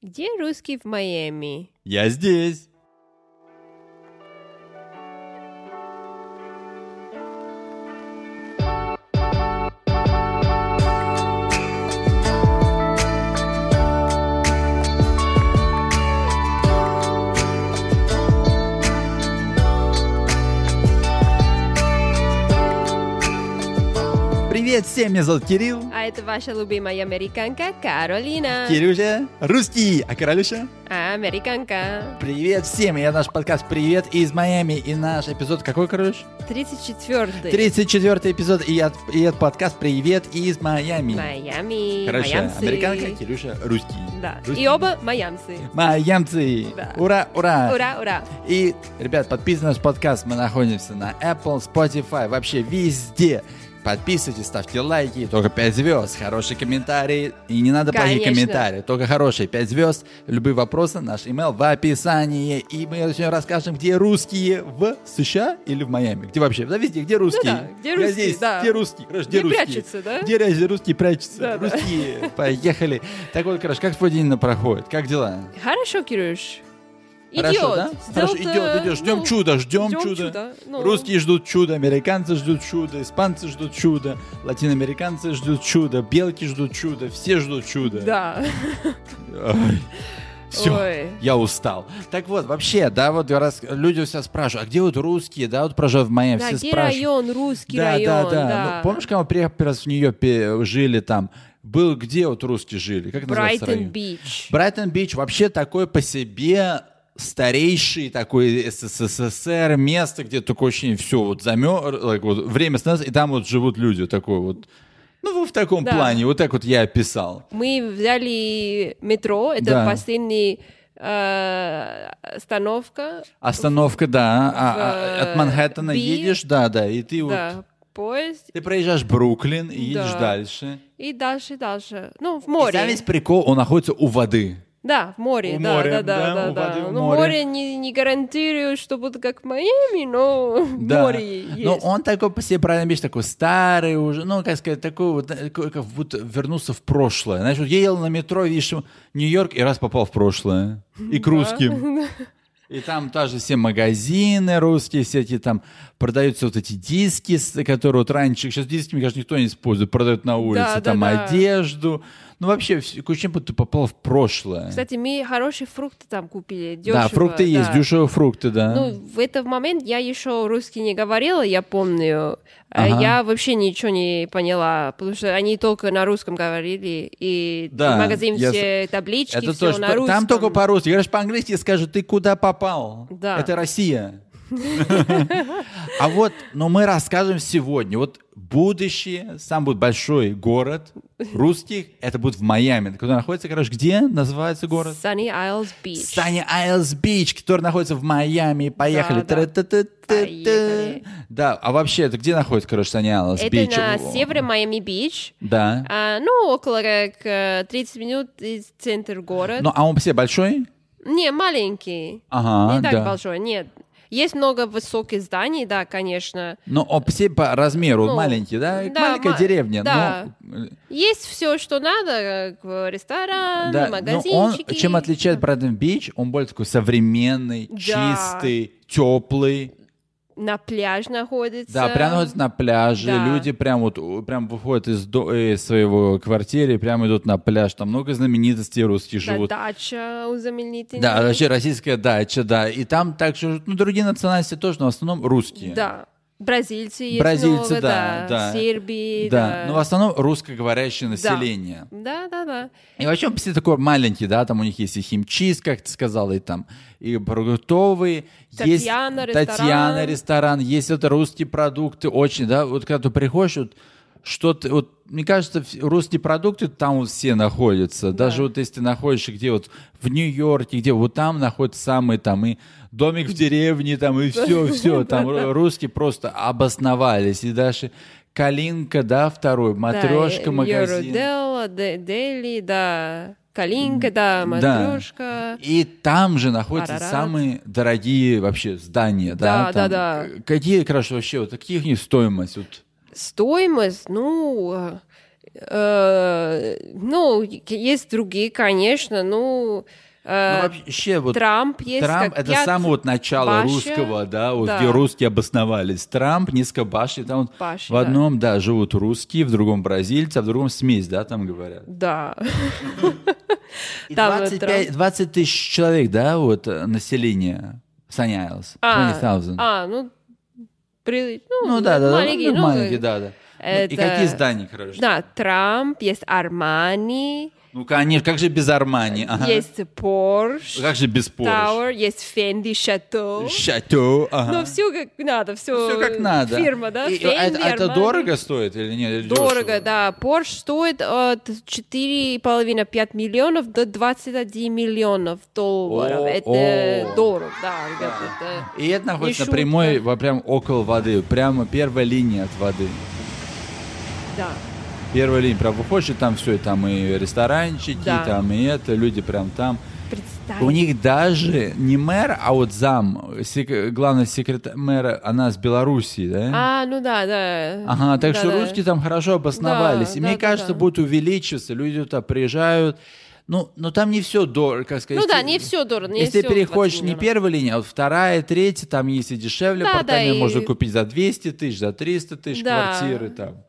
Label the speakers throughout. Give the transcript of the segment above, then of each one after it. Speaker 1: Где русский в Майами?
Speaker 2: Я здесь. Привет всем, меня зовут Кирилл.
Speaker 1: А это ваша любимая американка Каролина.
Speaker 2: Кирюша, русский, а Королюша?
Speaker 1: А, американка.
Speaker 2: Привет всем, я наш подкаст «Привет» из Майами, и наш эпизод какой, Королюш?
Speaker 1: 34
Speaker 2: 34 эпизод, и, я- и это подкаст «Привет из Майами».
Speaker 1: Майами.
Speaker 2: Королюша,
Speaker 1: майамцы.
Speaker 2: американка, Кирюша, русский.
Speaker 1: Да.
Speaker 2: Русский.
Speaker 1: И оба майамцы.
Speaker 2: Майамцы!
Speaker 1: Да.
Speaker 2: Ура, ура!
Speaker 1: Ура, ура.
Speaker 2: И, ребят, подписывайтесь на наш подкаст. Мы находимся на Apple, Spotify, вообще везде. Подписывайтесь, ставьте лайки, только 5 звезд, хорошие комментарии. И не надо плохие
Speaker 1: Конечно.
Speaker 2: комментарии, только хорошие 5 звезд. Любые вопросы, наш email в описании. И мы сегодня расскажем, где русские в США или в Майами. Где вообще? Да везде, где русские?
Speaker 1: Ну да, где
Speaker 2: Я
Speaker 1: русские,
Speaker 2: здесь,
Speaker 1: да.
Speaker 2: где русские? Короче,
Speaker 1: Где
Speaker 2: русские?
Speaker 1: прячутся, да?
Speaker 2: Где реально русские прячутся?
Speaker 1: Да, да.
Speaker 2: русские, поехали. Так вот, короче, как твой день проходит? Как дела?
Speaker 1: Хорошо, Кирюш. Идет.
Speaker 2: Хорошо, да? Хорошо,
Speaker 1: Сделал-то,
Speaker 2: идет, идет. Ждем
Speaker 1: ну,
Speaker 2: чуда, ждем,
Speaker 1: ждем
Speaker 2: чуда.
Speaker 1: чуда, ну.
Speaker 2: Русские ждут чуда, американцы ждут чуда, испанцы ждут чуда, латиноамериканцы ждут чуда, белки ждут чуда, все ждут чуда.
Speaker 1: Да.
Speaker 2: Все.
Speaker 1: Ой.
Speaker 2: Я устал. Так вот, вообще, да, вот раз люди все спрашивают, а где вот русские, да, вот прожил в Майами,
Speaker 1: Да,
Speaker 2: все
Speaker 1: где
Speaker 2: спрашивают.
Speaker 1: район, русский
Speaker 2: да,
Speaker 1: район,
Speaker 2: да, да, Ну, помнишь, когда мы приехали первый раз в нее жили там, был где вот русские жили? Как называется район?
Speaker 1: Брайтон-Бич.
Speaker 2: Брайтон-Бич вообще такой по себе старейший такой СССР, место, где такое ощущение, все, вот замер, вот, время становится, и там вот живут люди, вот такой вот, ну, в таком
Speaker 1: Да.
Speaker 2: плане, вот так вот я описал.
Speaker 1: Мы взяли метро, это
Speaker 2: Да.
Speaker 1: последняя э, остановка.
Speaker 2: Остановка, да, а- а-
Speaker 1: в,
Speaker 2: от Манхэттена
Speaker 1: Би.
Speaker 2: едешь, да, да, и ты вот,
Speaker 1: Да, поезд.
Speaker 2: ты проезжаешь Бруклин и едешь
Speaker 1: Да.
Speaker 2: дальше.
Speaker 1: И дальше, дальше. Ну, в
Speaker 2: И там
Speaker 1: море.
Speaker 2: весь прикол, он находится у воды.
Speaker 1: Да, в море,
Speaker 2: У
Speaker 1: да, да,
Speaker 2: моря,
Speaker 1: да,
Speaker 2: да,
Speaker 1: да,
Speaker 2: у
Speaker 1: да.
Speaker 2: воды, у
Speaker 1: Ну,
Speaker 2: моря.
Speaker 1: море не, не гарантирую, что будет как в Майами, но
Speaker 2: Да.
Speaker 1: море есть.
Speaker 2: Но он такой по себе правильно бишь, такой старый уже, ну, как сказать, такой вот, э, такой, как будто вернулся в прошлое. Знаешь, вот ездил на метро, видишь, Нью-Йорк, и раз попал в прошлое. И к русским. И там тоже все магазины русские, все эти там продаются вот эти диски, с- которые вот раньше, сейчас диски, мне кажется, никто не использует, продают на улице,
Speaker 1: да,
Speaker 2: там
Speaker 1: да.
Speaker 2: одежду. Ну, вообще, вс- куча будто попал в прошлое.
Speaker 1: Кстати, мы хорошие фрукты там купили, дешево.
Speaker 2: да, фрукты есть,
Speaker 1: да.
Speaker 2: дешевые фрукты, да.
Speaker 1: Ну, в этот момент я еще русский не говорила, я помню. Э,
Speaker 2: Ага.
Speaker 1: Я вообще ничего не поняла, потому что они только на русском говорили, и
Speaker 2: Да,
Speaker 1: в магазин
Speaker 2: я
Speaker 1: все таблички,
Speaker 2: Это
Speaker 1: все
Speaker 2: тоже
Speaker 1: на
Speaker 2: по-
Speaker 1: русском.
Speaker 2: Там только по-русски. Говоришь по-английски, скажут, ты куда попал?
Speaker 1: Да.
Speaker 2: Это Россия. А вот, но мы расскажем сегодня. Вот будущее, сам будет большой город русских, это будет в Майами. Куда находится, короче, где называется город?
Speaker 1: Sunny Isles Beach.
Speaker 2: Саня Айлс Бич, который находится в Майами.
Speaker 1: Да,
Speaker 2: Поехали.
Speaker 1: да.
Speaker 2: Тра-та-та-та-та.
Speaker 1: Поехали.
Speaker 2: Да, а вообще, это где находится, короче, Саня Айлс
Speaker 1: Это
Speaker 2: Бич?
Speaker 1: на севере Майами-Бич.
Speaker 2: Да.
Speaker 1: А, ну, около как, э, 30 минут из центра города.
Speaker 2: Ну, а он все большой?
Speaker 1: Не, маленький.
Speaker 2: Ага,
Speaker 1: не так
Speaker 2: А, да.
Speaker 1: большой, нет. Есть много высоких зданий, да, конечно.
Speaker 2: Но он все Ну, по размеру
Speaker 1: Ну,
Speaker 2: маленький, да?
Speaker 1: да,
Speaker 2: Маленькая
Speaker 1: ма-
Speaker 2: деревня.
Speaker 1: да.
Speaker 2: Но,
Speaker 1: Есть все, что надо, как ресторан,
Speaker 2: да, но
Speaker 1: магазинчики.
Speaker 2: он чем отличает Брайтон Бич? Он более такой современный,
Speaker 1: Да.
Speaker 2: чистый, теплый.
Speaker 1: На пляж находится.
Speaker 2: Да, прям находится на пляже.
Speaker 1: Да.
Speaker 2: Люди прям вот у, прям выходят из, до- э, из своего квартиры, и прям идут на пляж. Там много знаменитостей русских
Speaker 1: Да,
Speaker 2: живут.
Speaker 1: дача у знаменитых.
Speaker 2: Да, а вообще российская дача, да. И там также, живут, ну, другие национальности тоже, но в основном русские.
Speaker 1: Да. Бразильцы есть
Speaker 2: Бразильцы,
Speaker 1: много,
Speaker 2: да,
Speaker 1: да,
Speaker 2: да.
Speaker 1: Сербии,
Speaker 2: Да, ну, а
Speaker 1: да.
Speaker 2: но в основном русскоговорящее население.
Speaker 1: Да, да, да.
Speaker 2: И вообще он все такой маленький, да, там у них есть и химчиз, как ты сказала, и там и продуктовые, есть
Speaker 1: Татьяна, ресторан.
Speaker 2: Татьяна ресторан, есть вот русские продукты, очень, да, вот когда ты приходишь, вот что-то, вот, мне кажется, вс- русские продукты там вот все находятся, даже вот если ты находишься где вот в Нью-Йорке, где вот там находятся самые там и домик в деревне, там и все, все, там ру- русские просто обосновались, и даже Калинка, да, второй, матрешка,
Speaker 1: да,
Speaker 2: магазин.
Speaker 1: Юроделла, Де- Дели, да. Калинка, да, матрешка.
Speaker 2: И там же находятся
Speaker 1: Арарат.
Speaker 2: самые дорогие вообще здания, да?
Speaker 1: Да, да,
Speaker 2: там.
Speaker 1: да.
Speaker 2: Э, Какие, короче, вообще, вот каких их стоимость? Вот.
Speaker 1: Стоимость, ну, э, Э, ну, есть другие, конечно, ну... э,
Speaker 2: Ну, вообще, вот
Speaker 1: Трамп есть
Speaker 2: Трамп
Speaker 1: как
Speaker 2: это
Speaker 1: я-
Speaker 2: с самого вот начала
Speaker 1: Баши,
Speaker 2: русского, да, вот
Speaker 1: да.
Speaker 2: где русские обосновались. Трамп, низко башни, там вот
Speaker 1: Башни,
Speaker 2: в
Speaker 1: да.
Speaker 2: одном, да. живут русские, в другом бразильцы, а в другом смесь, да, там говорят.
Speaker 1: Да.
Speaker 2: И
Speaker 1: Там вот
Speaker 2: 25 20 тысяч человек, да, вот э, население Саняйлс.
Speaker 1: А,
Speaker 2: 20,000.
Speaker 1: а, ну, при- ну,
Speaker 2: Ну да, да, да,
Speaker 1: маленький,
Speaker 2: ну,
Speaker 1: ну,
Speaker 2: маленькие, да, да. Ну, И
Speaker 1: это-
Speaker 2: какие здания, короче?
Speaker 1: Да, Трамп, есть Армани,
Speaker 2: Ну, конечно, как же без Армани? Ага.
Speaker 1: есть Porsche,
Speaker 2: Как же без Порш?
Speaker 1: Tower, есть Fendi Chateau.
Speaker 2: Шато, ага.
Speaker 1: Ну, все как надо, все,
Speaker 2: Все А? как надо.
Speaker 1: Фирма, да?
Speaker 2: И, а
Speaker 1: Fendi,
Speaker 2: это, а это
Speaker 1: Armani.
Speaker 2: дорого стоит или нет? или
Speaker 1: Дорого,
Speaker 2: дешево?
Speaker 1: да. Porsche стоит от 4,5-5 миллионов до 21 миллионов долларов.
Speaker 2: О,
Speaker 1: это
Speaker 2: о.
Speaker 1: дорого, да, ребята. это-
Speaker 2: И это находится
Speaker 1: Не
Speaker 2: на прямой,
Speaker 1: шутка.
Speaker 2: во- прям около воды, прямо первая линия от воды.
Speaker 1: да.
Speaker 2: Первая линия, прям выходишь, и там все, и там и ресторанчики,
Speaker 1: Да. А
Speaker 2: там и это, люди прям там.
Speaker 1: Представь.
Speaker 2: У них даже не мэр, а вот зам, сек- главный секретарь мэра, она с Белоруссии, да?
Speaker 1: А, ну да, да.
Speaker 2: Ага, так что
Speaker 1: Да-да.
Speaker 2: русские там хорошо обосновались.
Speaker 1: Да,
Speaker 2: и мне
Speaker 1: да, да,
Speaker 2: кажется,
Speaker 1: да.
Speaker 2: будет увеличиваться, люди туда приезжают. Ну, но там не все дорого, как сказать.
Speaker 1: Ну да, не все дорого. не
Speaker 2: Если ты
Speaker 1: всё
Speaker 2: переходишь
Speaker 1: 20
Speaker 2: не
Speaker 1: миллионов.
Speaker 2: первая линия, а вот вторая, третья, там есть и дешевле
Speaker 1: Да, да,
Speaker 2: апартаменты,
Speaker 1: и-
Speaker 2: можно купить за 200 тысяч, за 300 тысяч
Speaker 1: Да.
Speaker 2: квартиры там.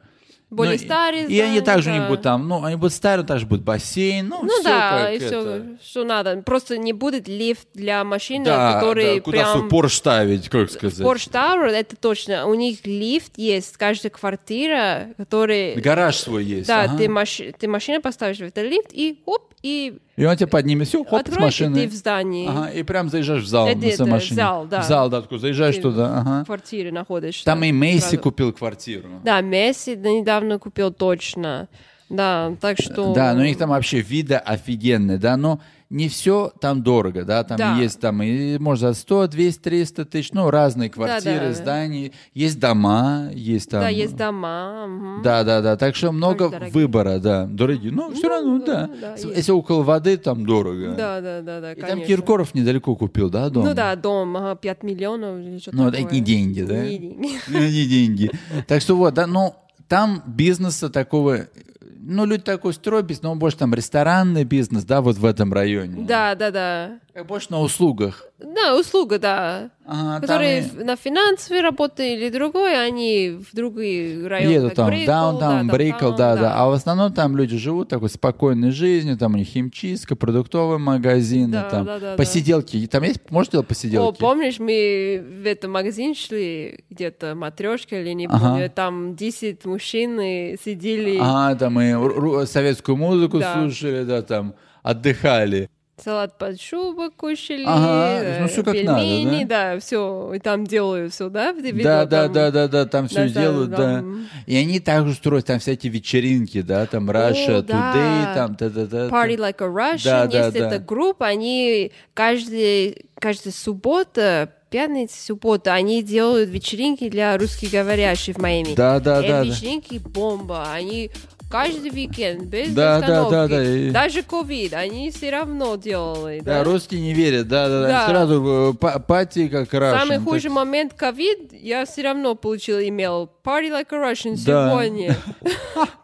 Speaker 1: Более
Speaker 2: Ну, и-
Speaker 1: старые
Speaker 2: И, они
Speaker 1: здания,
Speaker 2: также не
Speaker 1: да.
Speaker 2: будут там, ну, они будут старые, также будет бассейн, ну,
Speaker 1: Ну
Speaker 2: все
Speaker 1: да,
Speaker 2: как
Speaker 1: и
Speaker 2: это.
Speaker 1: все, что надо. Просто не будет лифт для машины,
Speaker 2: Да,
Speaker 1: который
Speaker 2: да, куда свой
Speaker 1: прям...
Speaker 2: Порш ставить, как сказать.
Speaker 1: Porsche Tower, это точно. У них лифт есть, каждая квартира, который...
Speaker 2: Гараж свой есть.
Speaker 1: Да,
Speaker 2: ага.
Speaker 1: ты, маш- ты машину поставишь в этот лифт, и оп, и
Speaker 2: И он тебя поднимет, все, хоп, с
Speaker 1: откроешь, и
Speaker 2: машины.
Speaker 1: ты в здании
Speaker 2: Ага, и прям заезжаешь в зал
Speaker 1: Это-
Speaker 2: на своей
Speaker 1: это,
Speaker 2: машине.
Speaker 1: зал, да.
Speaker 2: В зал, да, откуда заезжаешь
Speaker 1: Ты-
Speaker 2: туда, ага.
Speaker 1: квартиры находишься.
Speaker 2: Там и Месси
Speaker 1: сразу.
Speaker 2: купил квартиру.
Speaker 1: Да, Месси недавно купил точно. Да, так что...
Speaker 2: Э, Да, но у них там вообще виды офигенные, да, но не все там дорого, да, там
Speaker 1: Да.
Speaker 2: есть там и, может, за 100, 200, 300 тысяч, ну, разные квартиры,
Speaker 1: да.
Speaker 2: здания, есть дома, есть там...
Speaker 1: Да, есть дома. мгм.
Speaker 2: Да, да, да, так что много
Speaker 1: дорогие.
Speaker 2: выбора, да, дорогие, но все
Speaker 1: Ну,
Speaker 2: равно,
Speaker 1: да,
Speaker 2: да,
Speaker 1: да,
Speaker 2: С-
Speaker 1: есть.
Speaker 2: если около воды, там дорого.
Speaker 1: Да, да, да, да,
Speaker 2: И
Speaker 1: конечно.
Speaker 2: там Киркоров недалеко купил, да, дом?
Speaker 1: Ну да, дом, ага, 5 миллионов или что-то
Speaker 2: Ну, это
Speaker 1: такое.
Speaker 2: не деньги, да?
Speaker 1: Не деньги.
Speaker 2: Не деньги. Так что вот, да, ну, там бизнеса такого, ну, люди такой строят бизнес, но он больше там ресторанный бизнес, да, вот в этом районе.
Speaker 1: Да, да, да.
Speaker 2: Как больше на услугах.
Speaker 1: Да, услуга, да.
Speaker 2: Ага, А там
Speaker 1: которые
Speaker 2: и
Speaker 1: ф- на финансовые работы или другое, они в другие районы.
Speaker 2: едут
Speaker 1: как
Speaker 2: там
Speaker 1: Брикл,
Speaker 2: даунтаун,
Speaker 1: да,
Speaker 2: брикл,
Speaker 1: downtown,
Speaker 2: да, да. А в основном там люди живут такой спокойной жизнью, там у них химчистка, продуктовые магазины,
Speaker 1: Да,
Speaker 2: там
Speaker 1: да, да, да.
Speaker 2: посиделки. И Там есть, можешь делать
Speaker 1: О,
Speaker 2: посиделки?
Speaker 1: помнишь, мы в этот магазин шли, где-то матрешка или не
Speaker 2: Ага.
Speaker 1: помню, там 10 мужчин и сидели
Speaker 2: Ага, там и ру- ру- советскую музыку
Speaker 1: Да.
Speaker 2: слушали, да, там отдыхали.
Speaker 1: салат под шубу кушали,
Speaker 2: Ага,
Speaker 1: э,
Speaker 2: ну, всё как надо,
Speaker 1: пельмени, да, все, и там делают все, да? Ты
Speaker 2: Да,
Speaker 1: видела,
Speaker 2: да,
Speaker 1: там-
Speaker 2: да, да, да, там все
Speaker 1: да, да,
Speaker 2: делают, да.
Speaker 1: там-
Speaker 2: И они также устроят там всякие вечеринки, да, там Russia
Speaker 1: да.
Speaker 2: Today, там та-та-та.
Speaker 1: Party Like a Russian,
Speaker 2: Да, да,
Speaker 1: если
Speaker 2: да.
Speaker 1: это группа, они каждый, каждая суббота, пятница, суббота, они делают вечеринки для русскоговорящих в Майами.
Speaker 2: Да, да,
Speaker 1: Это
Speaker 2: да, да.
Speaker 1: вечеринки бомба, они каждый уикенд, без
Speaker 2: Да, да,
Speaker 1: остановки,
Speaker 2: да, да, и-
Speaker 1: даже ковид, они все равно делали, да?
Speaker 2: Да, русские не верят, да, да, да.
Speaker 1: Да.
Speaker 2: Сразу э, па- пати как раз.
Speaker 1: Самый худший момент ковид, я все равно получила имейл. Party like a Russian
Speaker 2: Да.
Speaker 1: сегодня.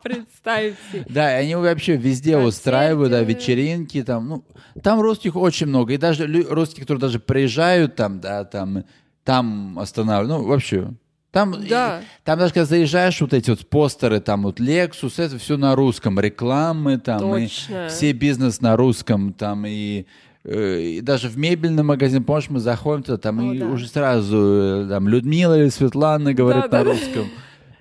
Speaker 1: Представьте.
Speaker 2: Да, и они вообще везде
Speaker 1: Концерты.
Speaker 2: устраивают, да, вечеринки там. Ну, там русских очень много. И даже лю- русские, которые даже приезжают там, да, там, там останавливают. Ну, вообще. Там, и-
Speaker 1: Да.
Speaker 2: там даже когда заезжаешь, вот эти вот постеры, там вот Lexus, это все на русском, рекламы там, и
Speaker 1: Точно.
Speaker 2: все бизнес на русском, там и, э, и даже в мебельный магазин, помнишь, мы заходим туда, там
Speaker 1: О,
Speaker 2: и
Speaker 1: да.
Speaker 2: уже сразу э, там Людмила или Светлана говорят
Speaker 1: да,
Speaker 2: на
Speaker 1: да.
Speaker 2: русском.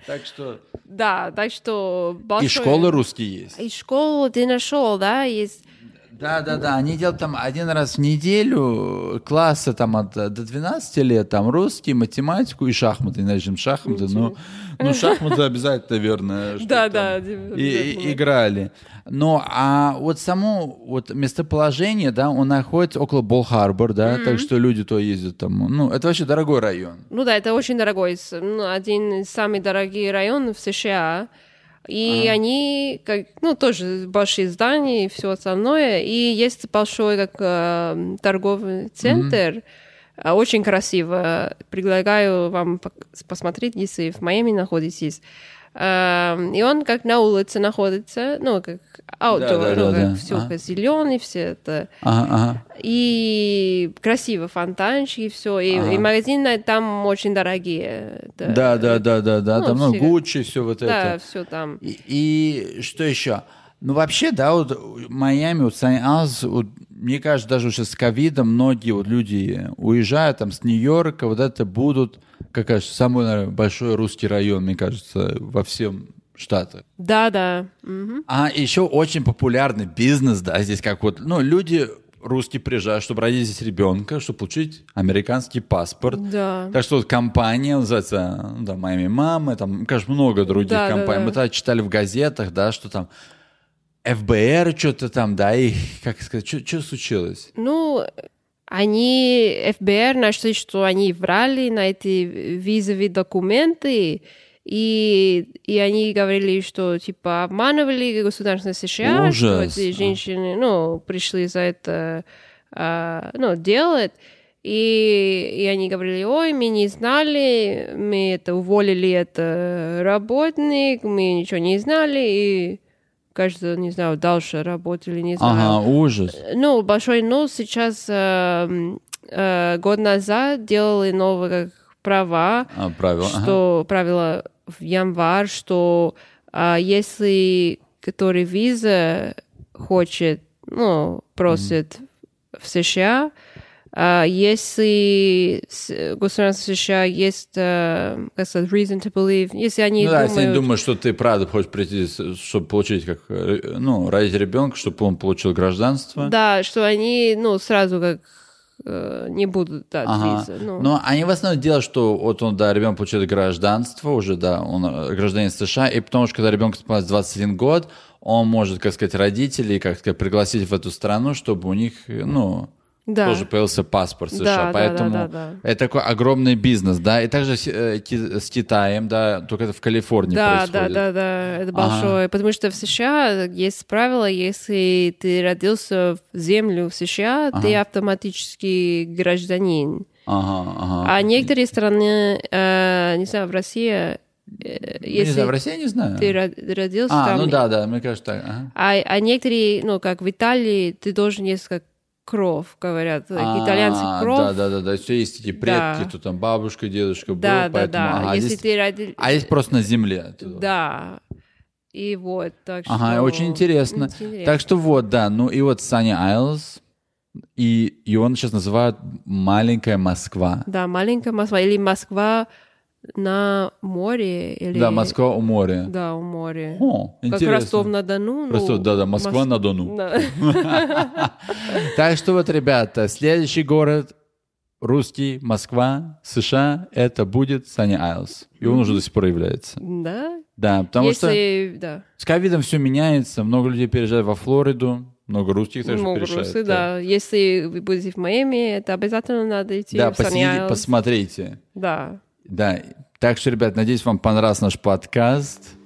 Speaker 2: Так что
Speaker 1: Да, так что...
Speaker 2: и
Speaker 1: большое-
Speaker 2: школы русские есть.
Speaker 1: И школу ты нашел, да? Есть...
Speaker 2: Да, да, да. Они делают там один раз в неделю классы там от э, до 12 лет, там русский, математику и шахматы. Иначе чем шахматы, ну, ну шахматы обязательно, верно. что
Speaker 1: Да,
Speaker 2: там
Speaker 1: да.
Speaker 2: и- и- играли. Но а вот само вот местоположение, да, он находится около Бол-Харбор, да, так что люди то ездят там. Ну, это вообще дорогой район.
Speaker 1: Ну да, это очень дорогой, с- ну, один из самых дорогих районов США. И они, как, ну, тоже большие здания и все остальное. И есть большой как э, торговый центр. А, Очень красиво. Предлагаю вам пок- посмотреть, если в Майами находитесь. Эм, И он как на улице находится, ну, как outdoor,
Speaker 2: Да-да-да-да.
Speaker 1: ну, как все
Speaker 2: Ага.
Speaker 1: зеленый, все это.
Speaker 2: Ага, ага.
Speaker 1: И красиво, фонтанчики, все. И,
Speaker 2: Ага.
Speaker 1: и магазины там очень дорогие. Это-
Speaker 2: Да, да, да, да, да.
Speaker 1: Э, ну,
Speaker 2: Там ну,
Speaker 1: все.
Speaker 2: Гуччи, все вот
Speaker 1: Да,
Speaker 2: это.
Speaker 1: все там.
Speaker 2: И, и что еще? Ну, вообще, да, вот Майами, вот Сан-Анс, вот, мне кажется, даже сейчас с ковидом многие вот люди уезжают там с Нью-Йорка, вот это будут, как кажется, самый наверное, большой русский район, мне кажется, во всем штатах.
Speaker 1: Да, да. Мгм.
Speaker 2: А еще очень популярный бизнес, да, здесь как вот, ну, люди русские приезжают, чтобы родить здесь ребенка, чтобы получить американский паспорт.
Speaker 1: Да.
Speaker 2: Так что вот компания называется, ну, там, «Моими мамы», там, конечно, много других
Speaker 1: Да, да,
Speaker 2: компаний.
Speaker 1: да.
Speaker 2: Мы тогда читали в газетах, да, что там ФБР что-то там, да, и как сказать, что случилось?
Speaker 1: Ну, они, ФБР нашли, что они врали на эти визовые документы, и, и они говорили, что, типа, обманывали государство США, что
Speaker 2: Ужас.
Speaker 1: эти
Speaker 2: А.
Speaker 1: женщины, ну, пришли за это, а, ну, делать. И, и они говорили, ой, мы не знали, мы это уволили это работник, мы ничего не знали, и кажется, не знаю, дальше работали, не знаю.
Speaker 2: Ага, ужас.
Speaker 1: Ну, большой нос сейчас э, м, э, год назад делали новые как, права,
Speaker 2: А, правило. ага.
Speaker 1: что правило в январь, что а, если который виза хочет, ну, просит в США, а, если с- государство США есть, э, как сказать, reason to believe, если они
Speaker 2: ну да,
Speaker 1: думают,
Speaker 2: если не думаешь, что ты правда хочешь прийти, с- чтобы получить, как, э, ну, родить ребенка, чтобы он получил гражданство.
Speaker 1: да, что они, ну, сразу как э, не будут дать
Speaker 2: Ага.
Speaker 1: визы. ну.
Speaker 2: Но они в основном делают, что вот он, да, ребенок получает гражданство уже, да, он э, гражданин США, и потому что когда ребенку исполняется 21 год, он может, как сказать, родителей, как сказать, пригласить в эту страну, чтобы у них, э, ну,
Speaker 1: Да.
Speaker 2: тоже появился паспорт
Speaker 1: Да,
Speaker 2: США.
Speaker 1: да,
Speaker 2: Поэтому
Speaker 1: да, да,
Speaker 2: это такой огромный бизнес, да, и также с, э, Ки- с Китаем, да, только это в Калифорнии
Speaker 1: Да, да,
Speaker 2: происходит.
Speaker 1: да, да, это
Speaker 2: Ага.
Speaker 1: большое. Потому что в США есть правило, если ты родился в землю в США, ты автоматически гражданин.
Speaker 2: Ага, ага.
Speaker 1: А некоторые страны, э, не знаю, в России, э,
Speaker 2: Ну, не знаю, в
Speaker 1: если
Speaker 2: России я не знаю.
Speaker 1: ты ро- родился
Speaker 2: А,
Speaker 1: там,
Speaker 2: ну да, да, мне кажется так. ага.
Speaker 1: а, а некоторые, ну как в Италии, ты должен есть как кровь, говорят,
Speaker 2: А,
Speaker 1: итальянцы кровь.
Speaker 2: Да, да, да, да. Все есть эти предки,
Speaker 1: Да.
Speaker 2: то там бабушка, дедушка был,
Speaker 1: да, да,
Speaker 2: поэтому.
Speaker 1: да.
Speaker 2: А,
Speaker 1: Если
Speaker 2: здесь,
Speaker 1: ты родился...
Speaker 2: а здесь просто на земле.
Speaker 1: Да. И вот, так
Speaker 2: Ага,
Speaker 1: что...
Speaker 2: очень интересно. Так что вот, да. Ну и вот Саня Айлс, и, и он сейчас называют маленькая Москва.
Speaker 1: Да, маленькая Москва. Или Москва на море. Или...
Speaker 2: Да, Москва у моря.
Speaker 1: Да, у моря.
Speaker 2: О,
Speaker 1: как
Speaker 2: интересно.
Speaker 1: Ростов-на-Дону. ну,
Speaker 2: Ростов, да, да, Москва
Speaker 1: Мос-
Speaker 2: на Дону.
Speaker 1: Да.
Speaker 2: Так что вот, ребята, следующий город русский, Москва, США, это будет Саня Айлс. И он уже до сих пор является.
Speaker 1: Да?
Speaker 2: Да, потому что...
Speaker 1: Если... Да.
Speaker 2: С ковидом все меняется, много людей переезжают во Флориду, много русских также
Speaker 1: Ну,
Speaker 2: переезжает,
Speaker 1: грустно, да. Если вы будете в Майами, это обязательно надо идти
Speaker 2: Да,
Speaker 1: в
Speaker 2: посидите,
Speaker 1: Sunny Isles.
Speaker 2: посмотрите.
Speaker 1: Да.
Speaker 2: Да. Так что, ребят, надеюсь, вам понравился наш подкаст.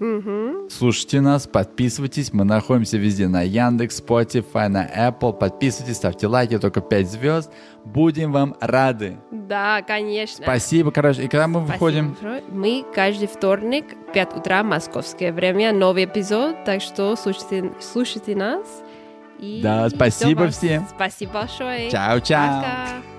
Speaker 2: Слушайте нас, подписывайтесь. Мы находимся везде на Яндекс, Spotify, на Apple. Подписывайтесь, ставьте лайки, только 5 звезд. Будем вам рады.
Speaker 1: Да, конечно.
Speaker 2: Спасибо, короче. И когда мы
Speaker 1: Спасибо,
Speaker 2: выходим?
Speaker 1: Фрой. Мы каждый вторник, 5 утра, московское время, новый эпизод, так что слушайте, слушайте нас. И
Speaker 2: Да,
Speaker 1: всё
Speaker 2: спасибо
Speaker 1: вам.
Speaker 2: всем.
Speaker 1: Спасибо большое.
Speaker 2: Чао-чао.
Speaker 1: Пока.